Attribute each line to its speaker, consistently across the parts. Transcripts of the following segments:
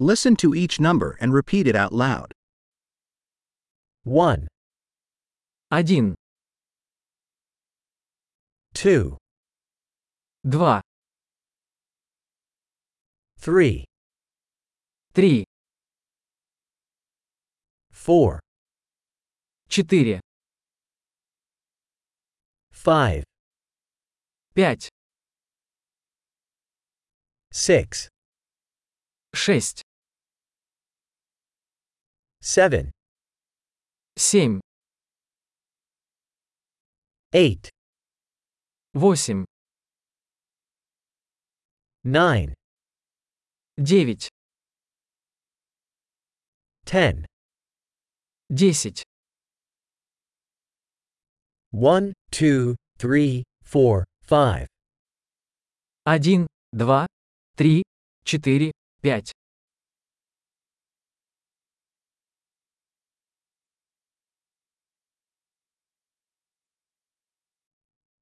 Speaker 1: Listen to each number and repeat it out loud.
Speaker 2: 1,
Speaker 3: один,
Speaker 2: 2,
Speaker 3: два,
Speaker 2: 3,
Speaker 3: три,
Speaker 2: 4,
Speaker 3: четыре,
Speaker 2: 5,
Speaker 3: пять,
Speaker 2: 6,
Speaker 3: шесть,
Speaker 2: 7,
Speaker 3: семь,
Speaker 2: 8,
Speaker 3: восемь,
Speaker 2: 9,
Speaker 3: девять,
Speaker 2: 10,
Speaker 3: десять,
Speaker 2: 1, 2, 3, 4, 5,
Speaker 3: один, два, три, четыре, пять,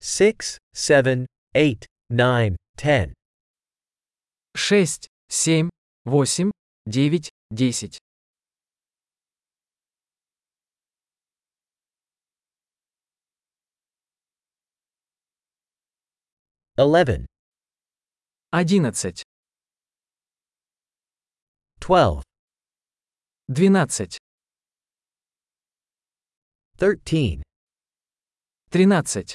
Speaker 2: 6, 7, 8, 9, 10,
Speaker 3: шесть, семь, восемь, девять, десять,
Speaker 2: 11,
Speaker 3: одиннадцать,
Speaker 2: 12,
Speaker 3: двенадцать,
Speaker 2: 13,
Speaker 3: тринадцать,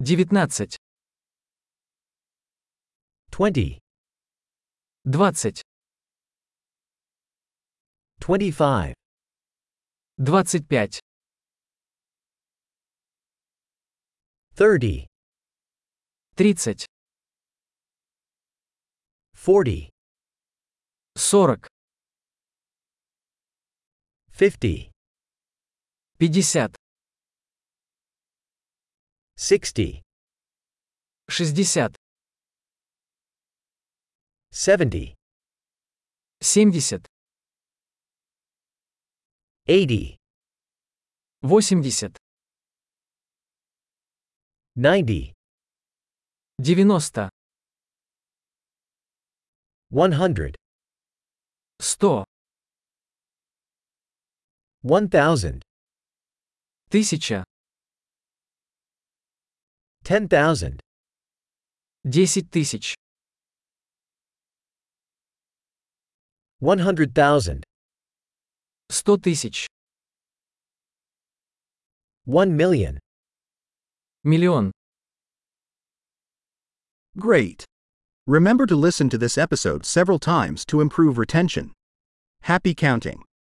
Speaker 3: девятнадцать,
Speaker 2: 20,
Speaker 3: двадцать,
Speaker 2: 25,
Speaker 3: двадцать пять,
Speaker 2: 30,
Speaker 3: тридцать,
Speaker 2: 40,
Speaker 3: сорок,
Speaker 2: 50,
Speaker 3: пятьдесят,
Speaker 2: 60,
Speaker 3: шестьдесят,
Speaker 2: 70,
Speaker 3: семьдесят,
Speaker 2: 80,
Speaker 3: восемьдесят,
Speaker 2: 90,
Speaker 3: девяносто,
Speaker 2: 100,
Speaker 3: сто,
Speaker 2: 1000,
Speaker 3: тысяча,
Speaker 2: 10,000,
Speaker 3: десять тысяч,
Speaker 2: 100,000,
Speaker 3: сто тысяч,
Speaker 2: 1 million.
Speaker 3: миллион.
Speaker 1: Great! Remember to listen to this episode several times to improve retention. Happy counting!